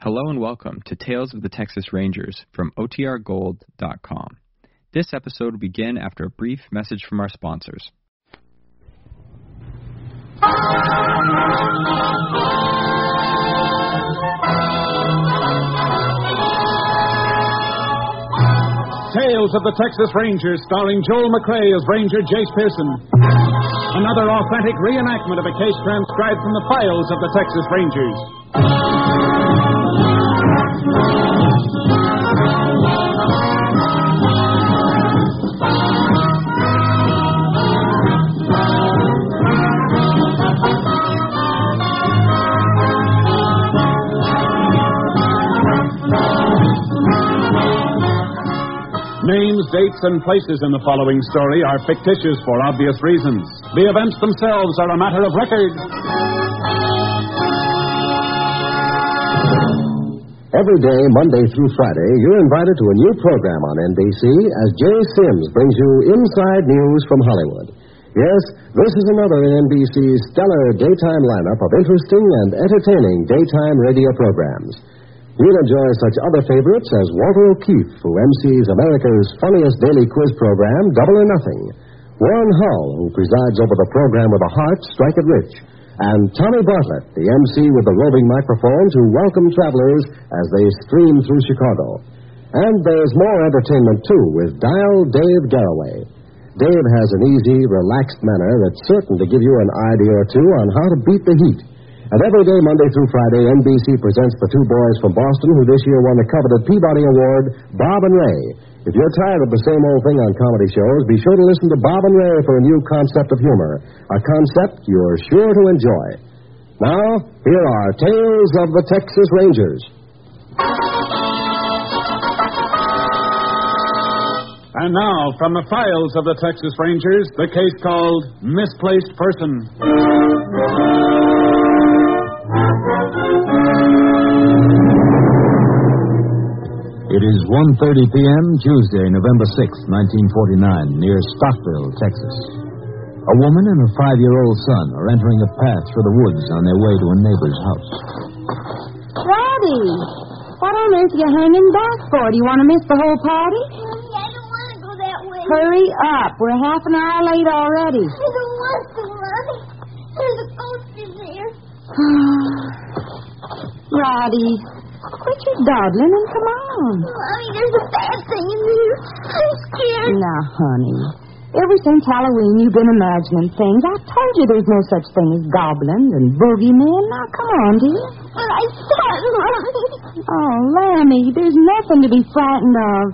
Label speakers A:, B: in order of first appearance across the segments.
A: Hello and welcome to Tales of the Texas Rangers from OTRGold.com. This episode will begin after a brief message from our sponsors.
B: Tales of the Texas Rangers, starring Joel McRae as Ranger Jace Pearson. Another authentic reenactment of a case transcribed from the files of the Texas Rangers. Names, dates, and places in the following story are fictitious for obvious reasons. The events themselves are a matter of record.
C: Every day, Monday through Friday, you're invited to a new program on NBC as Jay Sims brings you inside news from Hollywood. Yes, this is another in NBC's stellar daytime lineup of interesting and entertaining daytime radio programs. You'll enjoy such other favorites as Walter O'Keefe, who MCs America's funniest daily quiz program, Double or Nothing, Warren Hull, who presides over the program with a heart, Strike It Rich, and Tommy Bartlett, the MC with the roving microphones who welcome travelers as they stream through Chicago. And there's more entertainment, too, with Dial Dave Garraway. Dave has an easy, relaxed manner that's certain to give you an idea or two on how to beat the heat. And every day, Monday through Friday, NBC presents the two boys from Boston who this year won the coveted Peabody Award, Bob and Ray. If you're tired of the same old thing on comedy shows, be sure to listen to Bob and Ray for a new concept of humor, a concept you're sure to enjoy. Now, here are Tales of the Texas Rangers.
B: And now, from the files of the Texas Rangers, the case called Misplaced Person.
D: It is 1.30 p.m., Tuesday, November 6, 1949, near Stockville, Texas. A woman and her five-year-old son are entering a path through the woods on their way to a neighbor's house.
E: Daddy, what on earth are you hanging back for? Do you want to miss the whole party?
F: Mommy, I don't want to go that way.
E: Hurry up. We're half an hour late already.
F: I don't want to, Mommy. There's a ghost in there.
E: Roddy, quit your dawdling and come on.
F: Mommy, there's a bad thing in there. I'm scared.
E: Now, honey, ever since Halloween you've been imagining things. I told you there's no such thing as goblins and boogeymen. Now, come on, dear.
F: But I can't, Mommy.
E: Oh, Lammy, there's nothing to be frightened of.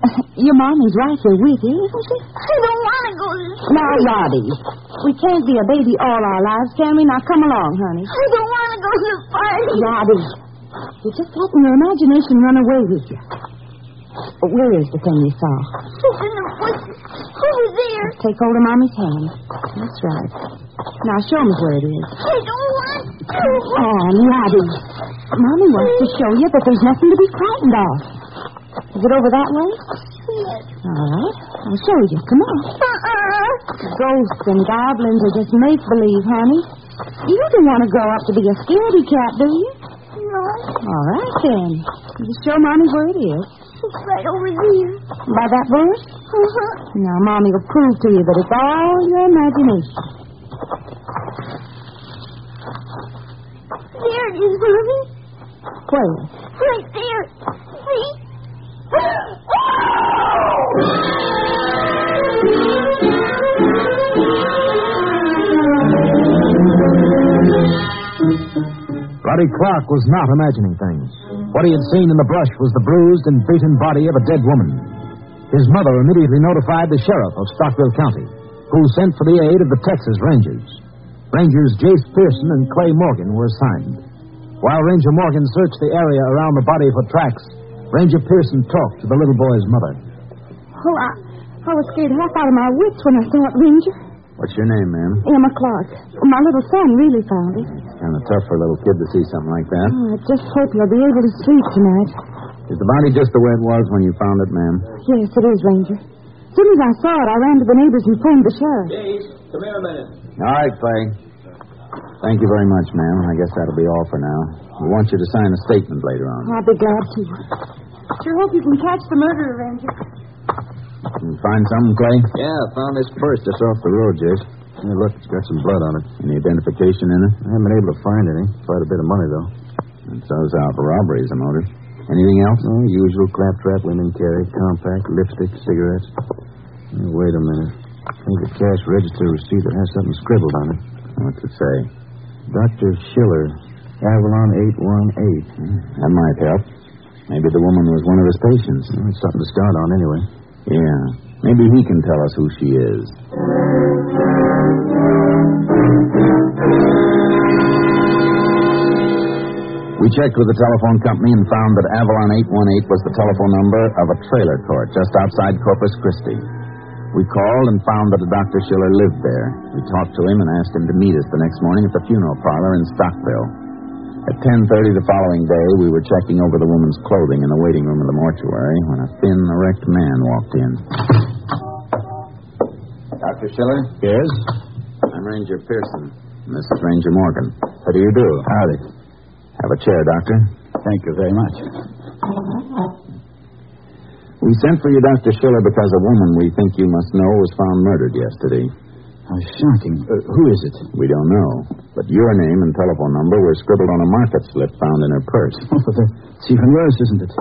E: Your mommy's right here with you, isn't she?
F: I don't want to go this way.
E: Now, Roddy, we can't be a baby all our lives, can we? Now, come along, honey.
F: I don't want to go to the party.
E: Robbie, you're just letting your imagination run away with you. But where is the thing you saw?
F: It's in the woods. Over there.
E: Take hold of Mommy's hand. That's right. Now show me where it is.
F: I don't want to.
E: Oh, Lottie. Mommy wants to show you that there's nothing to be frightened of. Is it over that way?
F: Yes.
E: All right. I'll show you. Come on.
F: Uh-uh.
E: Ghosts and goblins are just make believe, honey. You don't want to grow up to be a scaredy cat, do you?
F: No.
E: All right, then. You just show Mommy where it is.
F: It's right over there.
E: By that verse?
F: Uh-huh.
E: Now, Mommy will prove to you that it's all your imagination.
F: There it is, Mommy.
E: Where?
F: Right there. See?
D: Roddy Clark was not imagining things. What he had seen in the brush was the bruised and beaten body of a dead woman. His mother immediately notified the sheriff of Stockville County, who sent for the aid of the Texas Rangers. Rangers Jace Pearson and Clay Morgan were assigned. While Ranger Morgan searched the area around the body for tracks, Ranger Pearson talked to the little boy's mother.
E: Oh, I, I was scared half out of my wits when I saw it, Ranger.
D: What's your name, ma'am?
E: Emma Clark. My little son really found it.
D: Kind of tough for a little kid to see something like that.
E: Oh, I just hope you'll be able to sleep tonight.
D: Is the body just the way it was when you found it, ma'am?
E: Yes, it is, Ranger. As soon as I saw it, I ran to the neighbors and phoned the sheriff.
D: All right, Clay.
C: Thank you very much, ma'am. I guess that'll be all for now. We want you to sign a statement later on.
G: I'll be glad to.
E: Sure hope you can catch the murderer, Ranger.
C: Can you find something, Clay? Oh. Yeah, I found this purse just off the road, Jake. Hey, look, it's got some blood on it. Any identification in it? I haven't been able to find any. Quite a bit of money, though. And so's out for robbery as a motive. Anything else? Oh, usual claptrap women carry. Compact, lipstick, cigarettes. wait a minute. I think the cash register receipt that has something scribbled on it. What's it say? Dr. Schiller, Avalon 818. that might help. Maybe the woman was one of his patients. it's something to start on, anyway. Yeah. Maybe he can tell us who she is. We checked with the telephone company and found that Avalon 818 was the telephone number of a trailer court just outside Corpus Christi. We called and found that a Dr. Schiller lived there. We talked to him and asked him to meet us the next morning at the funeral parlor in Stockville. At 10:30 the following day, we were checking over the woman's clothing in the waiting room of the mortuary when a thin, erect man walked in. Dr. Schiller? Yes? I'm Ranger Pearson. And this is Ranger Morgan. How do you do? Howdy. Have a chair, Doctor. Thank you very much. We sent for you, Dr. Schiller, because a woman we think you must know was found murdered yesterday. How shocking. Uh, who is it? We don't know. But your name and telephone number were scribbled on a market slip found in her purse. Oh, that's even worse, isn't it?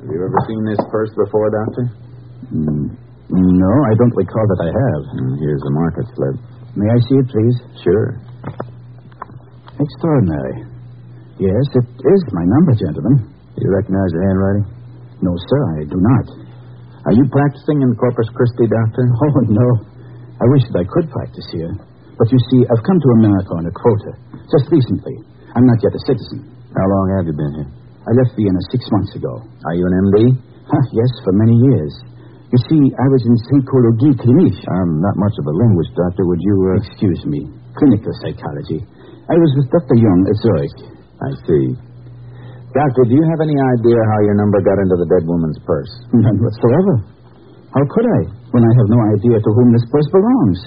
C: Have you ever seen this purse before, Doctor? Mm. no, I don't recall that I have. Mm, here's the market slip. May I see it, please? Sure. Extraordinary. Yes, it is my number, gentlemen. Do you recognize the handwriting? No, sir, I do not. Are you practicing in Corpus Christi, Doctor? Oh, no. I wish that I could practice here. But you see, I've come to America on a quota. Just recently. I'm not yet a citizen. How long have you been here? I left Vienna six months ago. Are you an MD? yes, for many years. You see, I was in psychologie clinique. I'm not much of a linguist, Doctor. Would you. Uh... Excuse me. Clinical psychology. I was with Dr. Young at Zurich. I see. Doctor, do you have any idea how your number got into the dead woman's purse? None whatsoever. How could I, when I have no idea to whom this purse belongs?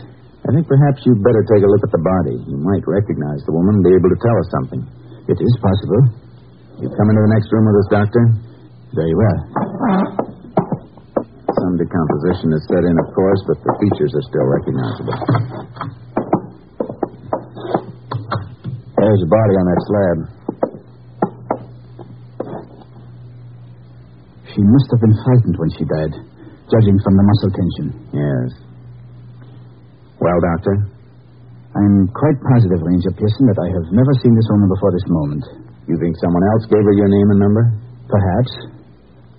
C: I think perhaps you'd better take a look at the body. You might recognize the woman and be able to tell us something. It is possible. You come into the next room with us, Doctor? Very well. Some decomposition is set in, of course, but the features are still recognizable. There's a body on that slab. She must have been frightened when she died, judging from the muscle tension. Yes. Well, Doctor? I'm quite positive, Ranger Pearson, that I have never seen this woman before this moment. You think someone else gave her your name and number? Perhaps.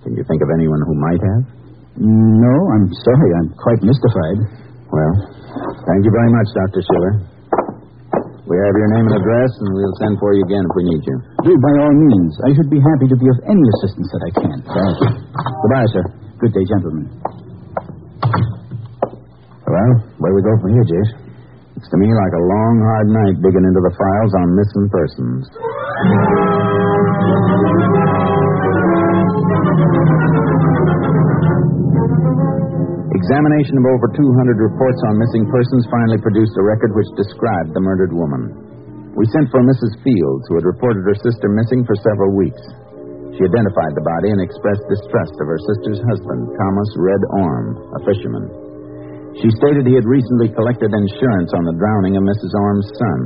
C: Can you think of anyone who might have? No, I'm sorry. I'm quite mystified. Well, thank you very much, Dr. Schiller. We have your name and address, and we'll send for you again if we need you. Do, by all means. I should be happy to be of any assistance that I can. Thank you. Goodbye, sir. Good day, gentlemen. Well, where we go from here, Jace? It's to me like a long, hard night digging into the files on missing persons.
F: Oh!
C: Examination of over 200 reports on missing persons finally produced a record which described the murdered woman. We sent for Mrs. Fields, who had reported her sister missing for several weeks. She identified the body and expressed distrust of her sister's husband, Thomas Red Orm, a fisherman. She stated he had recently collected insurance on the drowning of Mrs. Orm's son.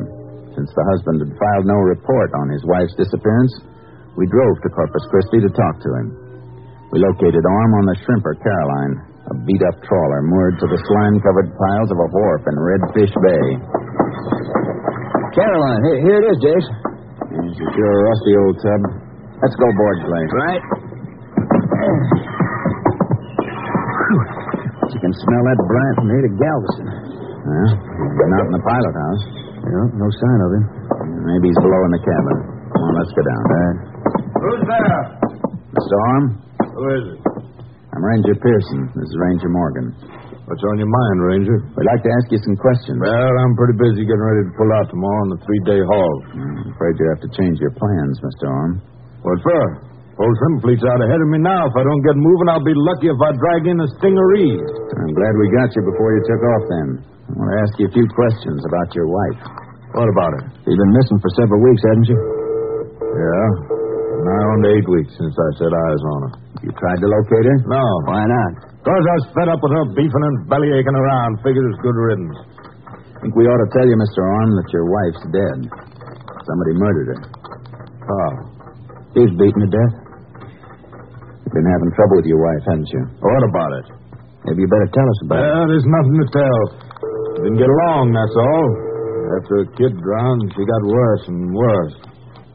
C: Since the husband had filed no report on his wife's disappearance, we drove to Corpus Christi to talk to him. We located Orm on the shrimper Caroline, a beat up trawler moored to the slime covered piles of a wharf in Redfish Bay. Caroline, here, here it is, Jace. Yes, it's your rusty old tub. Let's go board play. Right. You can smell that brine from here to Galveston. Well, he's been out in the pilot house. Yeah, no sign of him. Maybe he's below in the cabin. Come on, let's go down. All right.
H: Who's there?
C: Mr. Orm,
H: Who is it?
C: I'm Ranger Pearson. This is Ranger Morgan.
H: What's on your mind, Ranger?
C: We'd like to ask you some questions.
H: Well, I'm pretty busy getting ready to pull out
E: Hmm,
H: tomorrow on the three day haul.
C: I'm afraid you have to change your plans, Mr. Orm.
H: What for?
C: Folsom, fleet's out ahead of me now. If I don't get moving, I'll be lucky if I drag in a stingaree.
E: I'm glad we got you before you took off then. I want to ask you a few questions about your wife.
C: What about her?
E: You've been missing for several weeks, haven't you?
C: Yeah. Nigh on to eight weeks since I set eyes on her.
E: You tried to locate her?
C: No.
E: Why not?
C: Because I was fed up with her beefing and belly aching around. Figured it's good riddance.
E: I think we ought to tell you, Mr. Orne, that your wife's dead. Somebody murdered her.
C: Oh.
E: He's beaten to death. You've been having trouble with your wife, haven't you?
C: What about it?
E: Maybe you better tell us about it.
C: Well, there's nothing to tell. Didn't get along, that's all. After a kid drowned, she got worse and worse.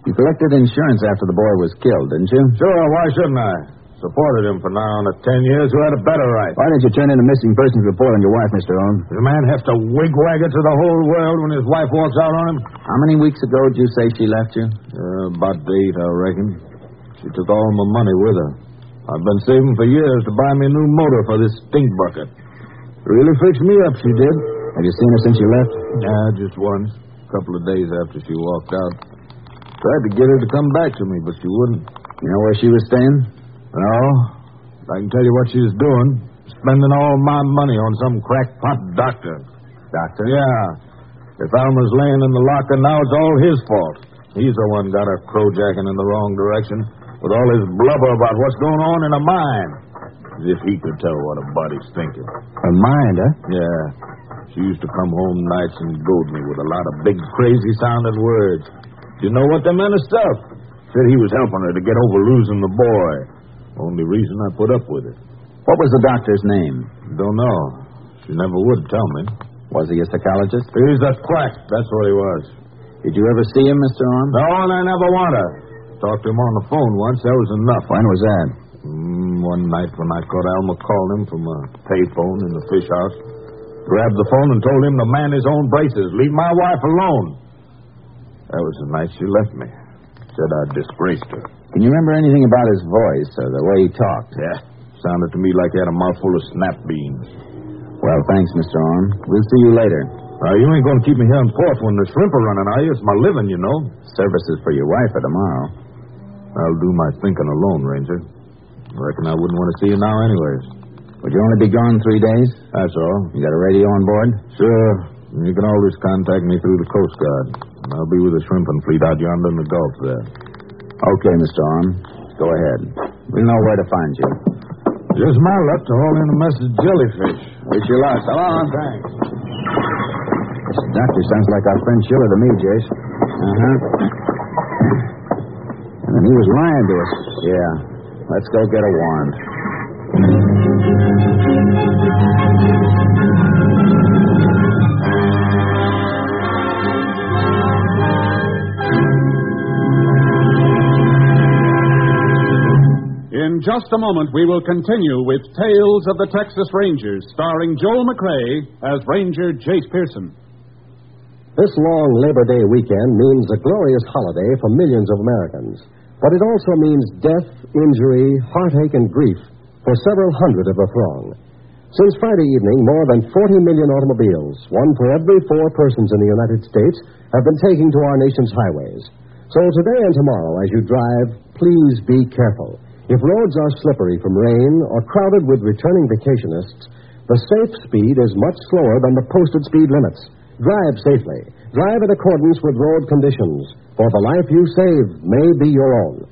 E: You collected insurance after the boy was killed, didn't you?
C: Sure, why shouldn't I? Supported him for now on a ten years. Who had a better right?
E: Why didn't you turn in a missing persons report on your wife, Mr. Orne?
C: Does a man have to wigwag it to the whole world when his wife walks out on him?
E: How many weeks ago did you say she left you?
C: Uh, about eight, I reckon. She took all my money with her. I've been saving for years to buy me a new motor for this stink bucket. Really fixed me up, she did.
E: Have you seen her since you left?
C: Yeah, just once. A couple of days after she walked out. Tried to get her to come back to me, but she wouldn't.
E: You know where she was staying?
C: No. I can tell you what she was doing. Spending all my money on some crackpot doctor.
E: Doctor?
C: Yeah. If Alma's laying in the locker now, it's all his fault. He's the one got her crowjacking in the wrong direction with all his blubber about what's going on in her mind. As if he could tell what a body's thinking.
E: Her mind, huh?
C: Yeah. She used to come home nights and goad me with a lot of big, crazy sounding words. You know what the meant of stuff. Said he was helping her to get over losing the boy. Only reason I put up with it.
E: What was the doctor's name?
C: Don't know. She never would tell me.
E: Was he a psychologist?
C: He's a quack. That's what he was.
E: Did you ever see him, Mr. Orme?
C: No, and I never want her. Talked to him on the phone once. That was enough.
E: When was that?
C: Mm, one night when I caught Alma calling him from a payphone in the fish house, grabbed the phone and told him to man his own braces, leave my wife alone. That was the night she left me. Said I disgraced her.
E: Can you remember anything about his voice or the way he talked?
C: Yeah. Sounded to me like he had a mouthful of snap beans.
E: Well, thanks, Mr. Orme. We'll see you later.
C: Now, Uh, you ain't going to keep me here in port when the shrimp are running, are you? It's my living, you know.
E: Services for your wife are tomorrow.
C: I'll do my thinking alone, Ranger. Reckon I wouldn't want to see you now, anyways.
E: Would you only be gone three days?
C: That's all.
E: You got a radio on board?
C: Sure. You can always contact me through the Coast Guard. I'll be with the shrimping fleet out yonder in the Gulf there.
E: Okay, Mr. Orme. Go ahead. We'll know where to find you.
C: Just my luck to haul in a mess of jellyfish.
E: Wish you luck. So long.
C: Thanks.
E: This doctor sounds like our friend Schiller to me, Jace. Uh-huh. And he was lying to us. Yeah. Let's go get a warrant.
B: In just a moment, we will continue with Tales of the Texas Rangers, starring Joel McRae as Ranger Jace Pearson.
I: This long Labor Day weekend means a glorious holiday for millions of Americans, but it also means death, injury, heartache, and grief for several hundred of the throng. Since Friday evening, more than 40 million automobiles, one for every four persons in the United States, have been taking to our nation's highways. So today and tomorrow, as you drive, please be careful. If roads are slippery from rain or crowded with returning vacationists, the safe speed is much slower than the posted speed limits. Drive safely. Drive in accordance with road conditions, for the life you save may be your own.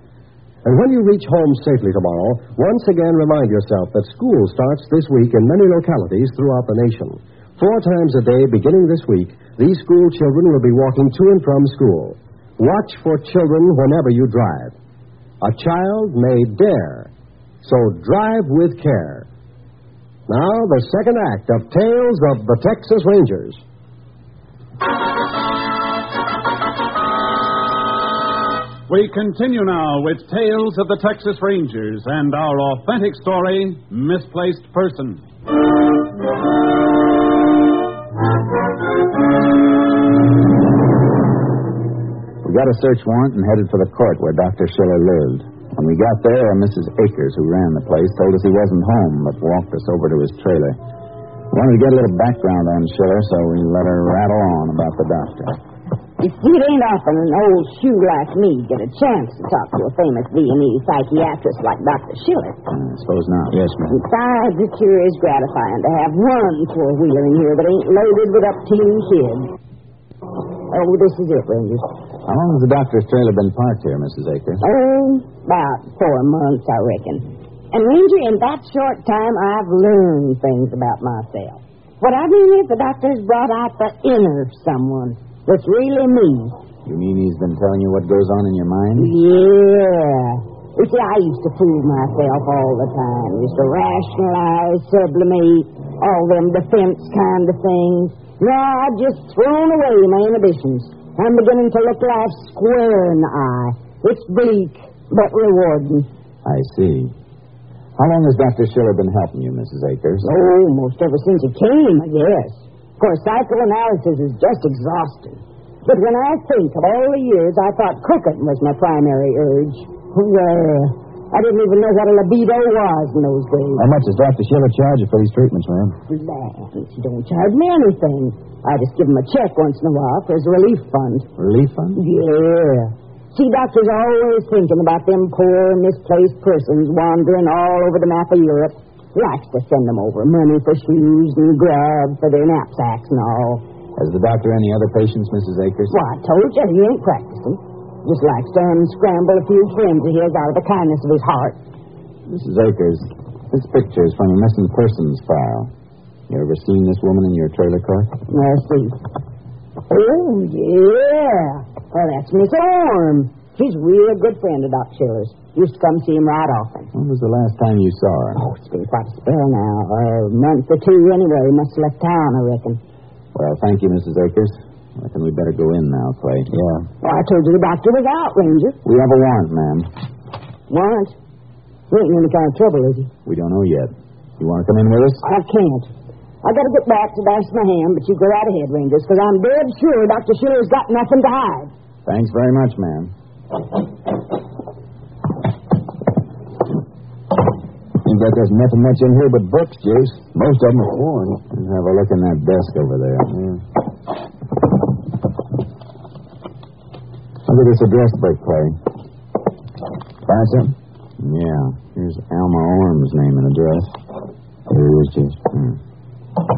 I: And when you reach home safely tomorrow, once again remind yourself that school starts this week in many localities throughout the nation. Four times a day beginning this week, these school children will be walking to and from school. Watch for children whenever you drive. A child may dare, so drive with care. Now, the second act of Tales of the Texas Rangers.
B: We continue now with Tales of the Texas Rangers and our authentic story, Misplaced Person.
E: We got a search warrant and headed for the court where Dr. Schiller lived. When we got there, Mrs. Akers, who ran the place, told us he wasn't home, but walked us over to his trailer. We wanted to get a little background on Schiller, so we let her rattle on about the doctor. You see, it ain't often an old shoe like me get a chance to talk to a famous Viennese psychiatrist like Dr. Schiller.
C: I suppose not. Yes, ma'am.
E: Besides, it sure is gratifying to have one four-wheeler in here that ain't loaded with up-to-you kids. Oh, this is it, Ranger.
C: How long has the doctor's trailer been parked here, Mrs. Akers?
E: Oh, about four months, I reckon. And, Ranger, in that short time, I've learned things about myself. What I mean is the doctor's brought out the inner someone that's really me.
C: You mean he's been telling you what goes on in your mind?
E: Yeah. You see, I used to fool myself all the time. Used to rationalize, sublimate, all them defense kind of things. Now I've just thrown away my inhibitions. I'm beginning to look life square in the eye. It's bleak, but rewarding.
C: I see. How long has Dr. Schiller been helping you, Mrs. Akers?
E: Almost ever since you came, I guess. Of course, psychoanalysis is just exhausting. But when I think of all the years I thought cooking was my primary urge, well, I didn't even know what a libido was in those days.
C: How much does Dr. Schiller charge you for these treatments, ma'am?
E: Land, he don't charge me anything. I just give him a check once in a while for his relief fund.
C: Relief fund?
E: Yeah. See, doctors are always thinking about them poor, misplaced persons wandering all over the map of Europe. Likes to send them over money for shoes and grub for their knapsacks and all.
C: Has the doctor any other patients, Mrs. Akers?
E: Why, I told you, he ain't practicing. Just likes to unscramble a few friends of his out of the kindness of his heart.
C: Mrs. Akers, this picture is from a missing persons file. You ever seen this woman in your trailer court?
E: I see. Oh, yeah. Well, that's Miss Orm. She's real good friend of Doc Schiller's. Used to come see him right often.
C: When was the last time you saw her?
E: Oh, it's been quite a spell now. A month or two, anyway. He must have left town, I reckon.
C: Well, thank you, Mrs. Akers. I think we better go in now, Clay. Yeah.
E: Well, I told you the doctor was out, Ranger.
C: We have a warrant, ma'am.
E: Warrant? He ain't in any kind of trouble, is he?
C: We don't know yet. You want to come in with us?
E: I can't. I gotta get back to dash my hand, but you go right ahead, Rangers, because I'm dead sure Dr. Schiller's got nothing to hide.
C: Thanks very much, ma'am. Seems like there's nothing much in here but books, Jace. Most of them are worn. Have a look in that desk over there. Look at this address book, Clay. Find something? Yeah. Here's Alma Orm's name and address. There he is, Jace. Hmm.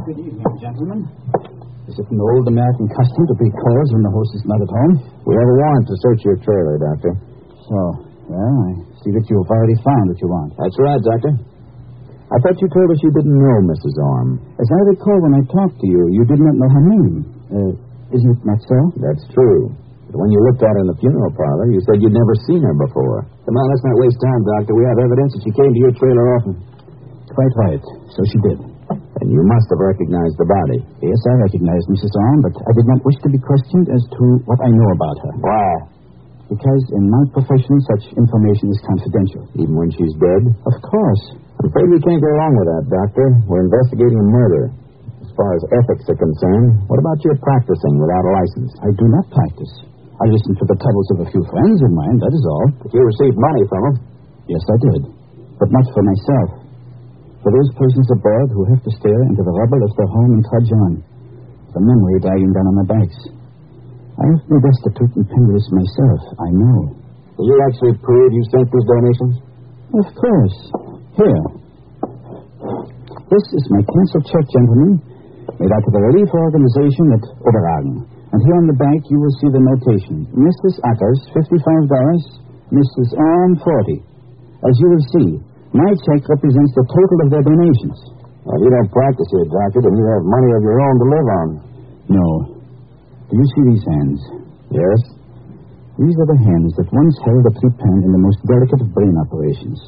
J: Good evening, gentlemen. Is it an old American custom to be calls when the host is not at home?
C: We have a warrant to search your trailer, Doctor.
J: So, well, I see that you have already found what you want.
C: That's right, Doctor. I thought you told us you didn't know Mrs. Orm.
J: As I recall when I talked to you, you did not know her name. Uh, isn't it not so?
C: That's true. But when you looked at her in the funeral parlor, you said you'd never seen her before. Come on, let's not waste time, Doctor. We have evidence that she came to your trailer often.
J: Quite right. So she did.
C: And you must have recognized the body.
J: Yes, I recognized Mrs. Orme, but I did not wish to be questioned as to what I know about her.
C: Why?
J: Because in my profession, such information is confidential.
C: Even when she's dead?
J: Of course.
C: I'm afraid we can't go along with that, Doctor. We're investigating a murder. As far as ethics are concerned, what about your practicing without a license?
J: I do not practice. I listened to the troubles of a few friends of mine, that is all.
C: But you received money from him.
J: Yes, I did. But not for myself. For those persons abroad who have to stare into the rubble of their home and trudge on, the memory dragging down on their backs. I have been destitute and penniless myself, I know.
C: Will you actually prove you sent these donations?
J: Of course. Here. This is my cancelled check, gentlemen, made out to the relief organization at Oberhagen. And here on the back, you will see the notation. Mrs. Ackers, $55. Mrs. Arm, 40 As you will see, my check represents the total of their donations.
C: Well, you don't practice here, Doctor, then you have money of your own to live on.
J: No. Do you see these hands?
C: Yes?
J: These are the hands that once held a tree pen in the most delicate of brain operations.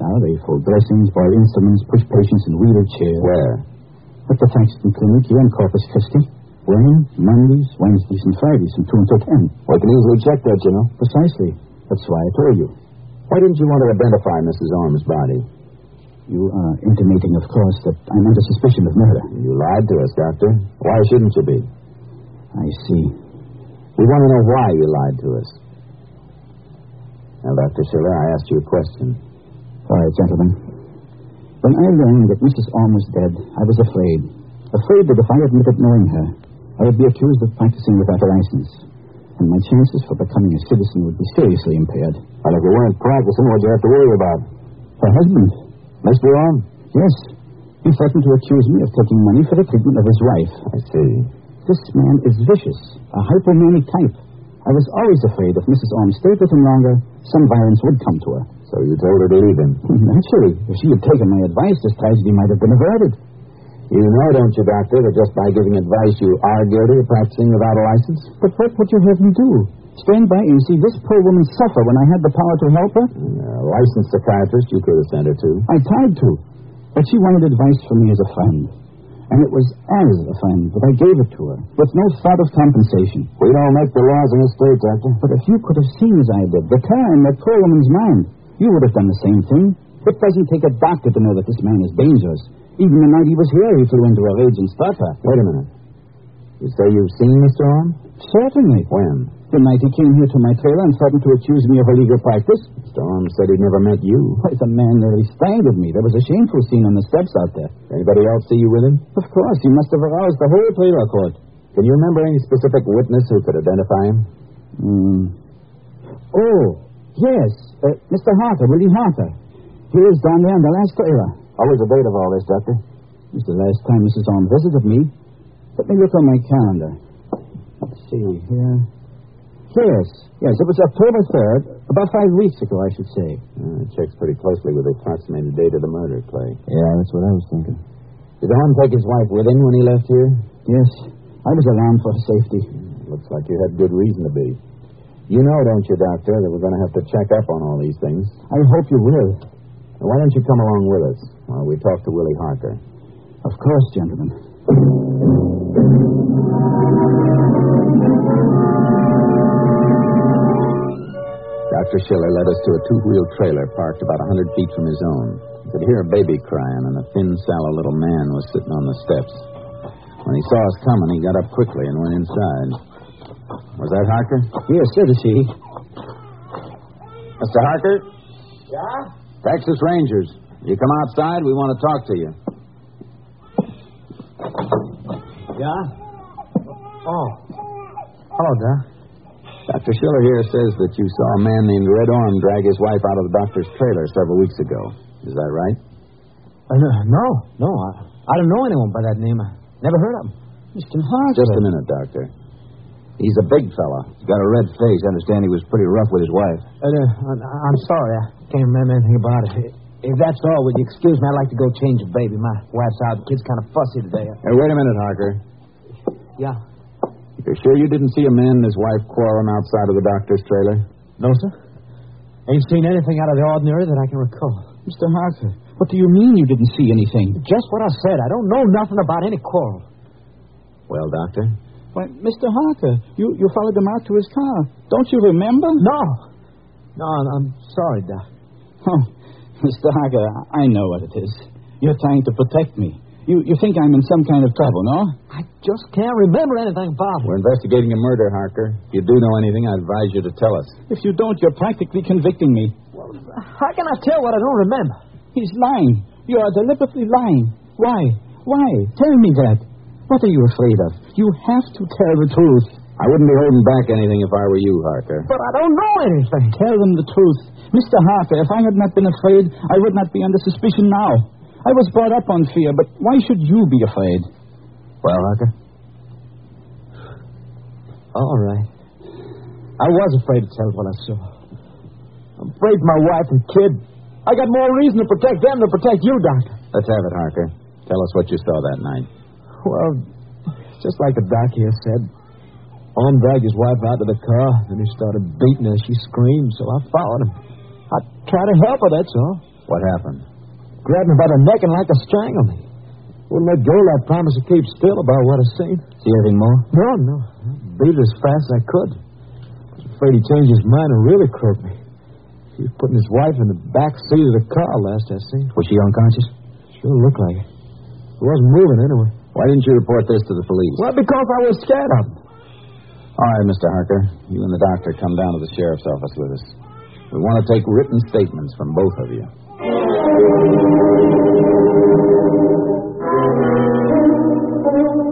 J: Now they fold dressings, boil instruments, push patients in wheelchairs.
C: Where?
J: At the Frankston Clinic here in Corpus Christi. When? Mondays, Wednesdays, and Fridays from 2 until 10.
C: We can easily check that, you know.
J: Precisely. That's why I told you.
C: Why didn't you want to identify Mrs. Orme's body?
J: You are intimating, of course, that I'm under suspicion of murder.
C: You lied to us, Doctor. Why shouldn't you be?
J: I see.
C: We want to know why you lied to us. Now, Dr. Schiller, I asked you a question.
J: All right, gentlemen. When I learned that Mrs. Orme was dead, I was afraid. Afraid that if I admitted knowing her, I would be accused of practicing without a license, and my chances for becoming a citizen would be seriously impaired.
C: Well, if you weren't practicing, what'd you have to worry about?
J: Her husband?
C: Mr. Orme?
J: Yes. He threatened to accuse me of taking money for the treatment of his wife.
C: I see.
J: This man is vicious, a hypomanic type. I was always afraid if Mrs. Orme stayed with him longer, some violence would come to her.
C: So you told her to leave him.
J: Naturally, if she had taken my advice, this tragedy might have been averted.
C: You know, don't you, Doctor, that just by giving advice you are guilty of practicing without a license?
J: But what would you have me do? Stand by and see this poor woman suffer when I had the power to help her?
C: Mm, A licensed psychiatrist you could have sent her to.
J: I tried to, but she wanted advice from me as a friend. And it was as a friend that I gave it to her, with no thought of compensation.
C: We don't make the laws in this state, Doctor.
J: But if you could have seen as I did the terror in that poor woman's mind, you would have done the same thing. It doesn't take a doctor to know that this man is dangerous. Even the night he was here, he flew into a rage and struck her.
C: Wait a minute. You say you've seen Mr. Orme?
J: Certainly.
C: When?
J: The night he came here to my trailer and threatened to accuse me of illegal practice.
C: Mr. Orme said he'd never met you.
J: Why, the man nearly strangled me. There was a shameful scene on the steps out there.
C: Anybody else see you with him?
J: Of course, he must have aroused the whole trailer court.
C: Can you remember any specific witness who could identify him?
J: Hmm. Oh, yes. Uh, Mr. Harker, William Harker. He lives down there in the last trailer.
C: What was the date of all this, Doctor?
J: It was the last time Mrs. Orme visited me. Let me look on my calendar. Let's see here. Yes, yes, it was October 3rd, about five weeks ago, I should say.
C: Uh, it checks pretty closely with the approximated date of the murder, Clay.
J: Yeah, that's what I was thinking.
C: Did Orme take his wife with him when he left here? Hmm,
J: Yes, I was alarmed for her safety.
C: Looks like you had good reason to be. You know, don't you, Doctor, that we're going to have to check up on all these things.
J: I hope you will.
C: Now, why don't you come along with us while we talk to Willie Harker?
J: Of course, gentlemen.
C: Dr. Schiller led us to a two wheel trailer parked about a 100 feet from his own. He could hear a baby crying, and a thin, sallow little man was sitting on the steps. When he saw us coming, he got up quickly and went inside. Was that Harker?
J: Yes, it is he.
C: Mr. Harker?
K: Yeah?
C: Texas Rangers. You come outside, we want to talk to you.
K: Yeah? Oh. Hello, Doc.
C: Dr. Schiller here says that you saw a man named Red Orm drag his wife out of the doctor's trailer several weeks ago. Is that right?
K: Uh, no, no. I, I don't know anyone by that name. I never heard of him.
J: Mr. Harker.
C: Just a minute, Doctor. He's a big fella. He's got a red face. I understand he was pretty rough with his wife.
K: Uh, uh, I- I'm sorry. I can't remember anything about it. If that's all, would you excuse me? I'd like to go change the baby. My wife's out. The kid's kind of fussy today.
C: Hey, wait a minute, Harker.
K: Yeah.
C: You're sure you didn't see a man and his wife quarreling outside of the doctor's trailer?
K: No, sir. Ain't seen anything out of the ordinary that I can recall.
J: Mr. Harker, what do you mean you didn't see anything?
K: Just what I said. I don't know nothing about any quarrel.
C: Well, Doctor?
J: Why, Mr. Harker, you, you followed him out to his car. Don't you remember?
K: No. No, I'm sorry, Doc.
J: Oh, Mr. Harker, I know what it is. You're trying to protect me. You, you think I'm in some kind of trouble, no?
K: I just can't remember anything about it.
C: We're investigating a murder, Harker. If you do know anything, I advise you to tell us.
J: If you don't, you're practically convicting me.
K: How can I tell what I don't remember?
J: He's lying. You are deliberately lying. Why? Why? Tell me that. What are you afraid of? You have to tell the truth.
C: I wouldn't be holding back anything if I were you, Harker.
K: But I don't know anything.
J: Tell them the truth. Mr. Harker, if I had not been afraid, I would not be under suspicion now. I was brought up on fear, but why should you be afraid?
C: Well, Harker?
K: All right. I was afraid to tell what I saw. I'm afraid for my wife and kid. I got more reason to protect them than protect you, Doctor.
C: Let's have it, Harker. Tell us what you saw that night.
K: Well, just like the doc here said, Orm dragged his wife out to the car, and he started beating her. She screamed, so I followed him. I tried to help her, that's all.
C: What happened?
K: Grabbed me by the neck and like to strangle me. Wouldn't let go, I promised to keep still about what I seen.
C: See anything more?
K: No, no. I beat it as fast as I could. I was afraid he'd change his mind and really croak me. He was putting his wife in the back seat of the car last I seen.
C: Was she unconscious?
K: Sure looked like it. He wasn't moving anyway.
C: Why didn't you report this to the police?
K: Well, because I was scared of him.
C: All right, Mr. Harker. You and the doctor come down to the sheriff's office with us. We want to take written statements from both of you.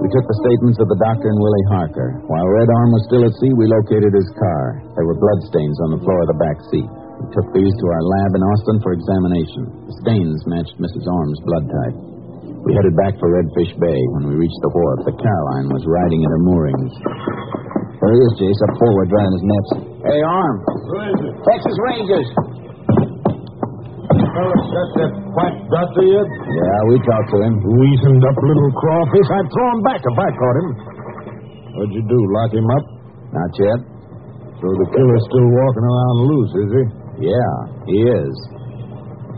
C: We
L: took the statements of the doctor and Willie Harker. While Red Arm was still at sea, we located his car. There were bloodstains on the floor of the back seat. We took these to our lab in Austin for examination. The stains matched Mrs. Orm's blood type. We headed back for Redfish Bay. When we reached the wharf, the Caroline was riding at her moorings.
M: There he is, Jace, up forward, drying his nets.
L: Hey, Arm. Who is it? Texas Rangers.
N: Fellas got that quack doctor yet?
L: Yeah, we talked to him.
N: Weasened up little crawfish. I'd throw him back if I caught him. What'd you do? Lock him up?
L: Not yet.
N: So the killer's still walking around loose, is he?
L: Yeah, he is.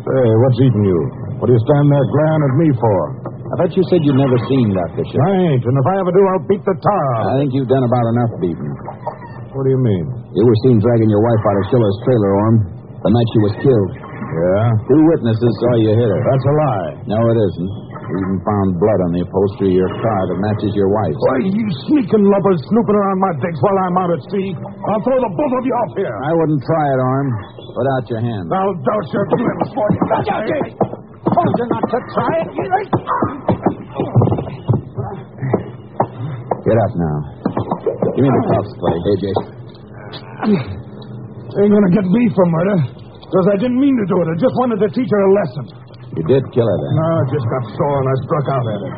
N: Hey, what's eating you? What do you stand there glaring at me for?
L: I bet you said you'd never seen Dr. Shep.
N: I ain't, and if I ever do, I'll beat the tar out.
L: I think you've done about enough beating.
N: Uh, What do you mean?
L: You were seen dragging your wife out of Schiller's trailer, Orm, the night she was killed.
N: Yeah?
L: Two witnesses saw you hit her.
N: That's a lie.
L: No, it isn't. We even found blood on the upholstery of your car that matches your wife's.
N: Why, you sneaking lubbers snooping around my digs while I'm out at sea. I'll throw the both of you off here.
L: I wouldn't try it, Arm. Put out your hand.
N: I'll douse your limbs for you.
L: Watch out, Jake. Told you not to try it. Get up now. Give me the cuffs, Clay. Hey, Jake.
N: Ain't gonna get me for murder. Because I didn't mean to do it. I just wanted to teach her a lesson.
L: You did kill her, then.
N: No, I just got sore and I struck out at her.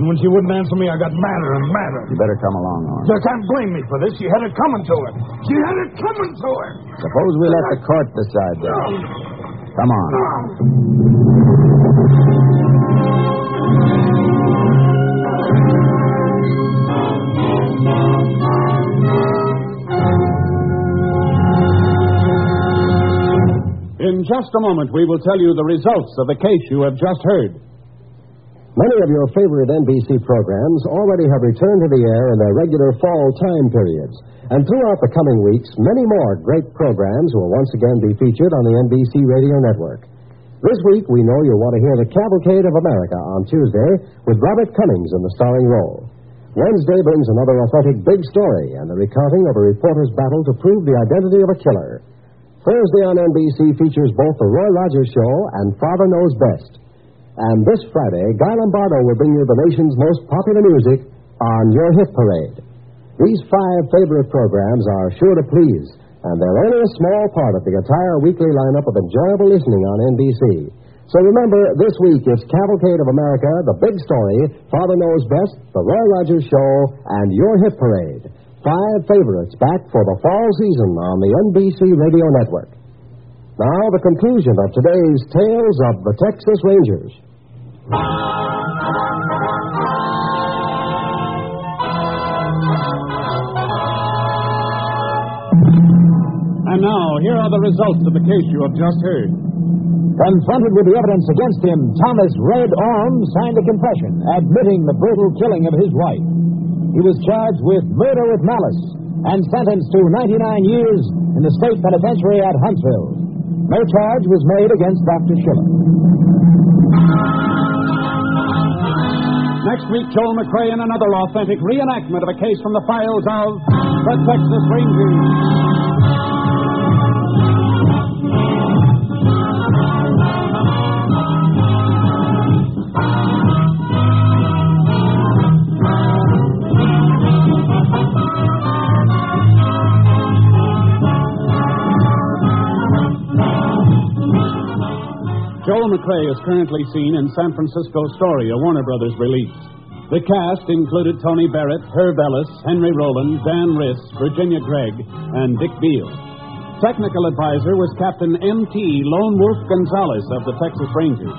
N: And when she wouldn't answer me, I got madder and madder.
L: You better come along, Orm.
N: You can't blame me for this. She had it coming to her. She had it coming to her.
L: Suppose we let the court decide that. Come on.
B: In just a moment, we will tell you the results of the case you have just heard.
C: Many of your favorite NBC programs already have returned to the air in their regular fall time periods. And throughout the coming weeks, many more great programs will once again be featured on the NBC radio network. This week, we know you'll want to hear The Cavalcade of America on Tuesday with Robert Cummings in the starring role. Wednesday brings another authentic big story and the recounting of a reporter's battle to prove the identity of a killer. Thursday on NBC features both The Roy Rogers Show and Father Knows Best. And this Friday, Guy Lombardo will bring you the nation's most popular music on Your Hit Parade. These five favorite programs are sure to please, and they're only a small part of the entire weekly lineup of enjoyable listening on NBC. So remember, this week it's Cavalcade of America, The Big Story, Father Knows Best, The Roy Rogers Show, and Your Hit Parade. Five favorites back for the fall season on the NBC Radio Network. Now, the conclusion of today's Tales of the Texas Rangers.
B: And now, here are the results of the case you have just heard.
O: Confronted with the evidence against him, Thomas Red Arm signed a confession admitting the brutal killing of his wife. He was charged with murder with malice and sentenced to 99 years in the state penitentiary at Huntsville. No charge was made against Dr. Schiller.
B: Next week, Joel McRae in another authentic reenactment of a case from the files of the Texas Rangers. Joel McRae is currently seen in San Francisco Story, a Warner Brothers release. The cast included Tony Barrett, Herb Ellis, Henry Rowland, Dan Riss, Virginia Gregg, and Dick Beale. Technical advisor was Captain M.T. Lone Wolf Gonzalez of the Texas Rangers.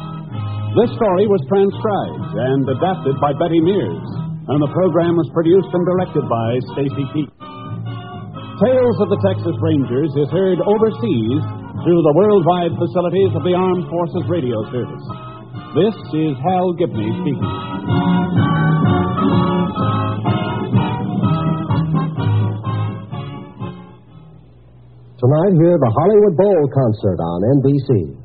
B: This story was transcribed and adapted by Betty Mears, and the program was produced and directed by Stacy Keats. Tales of the Texas Rangers is heard overseas through the worldwide facilities of the Armed Forces Radio Service. This is Hal Gibney speaking.
C: Tonight, hear the Hollywood Bowl concert on NBC.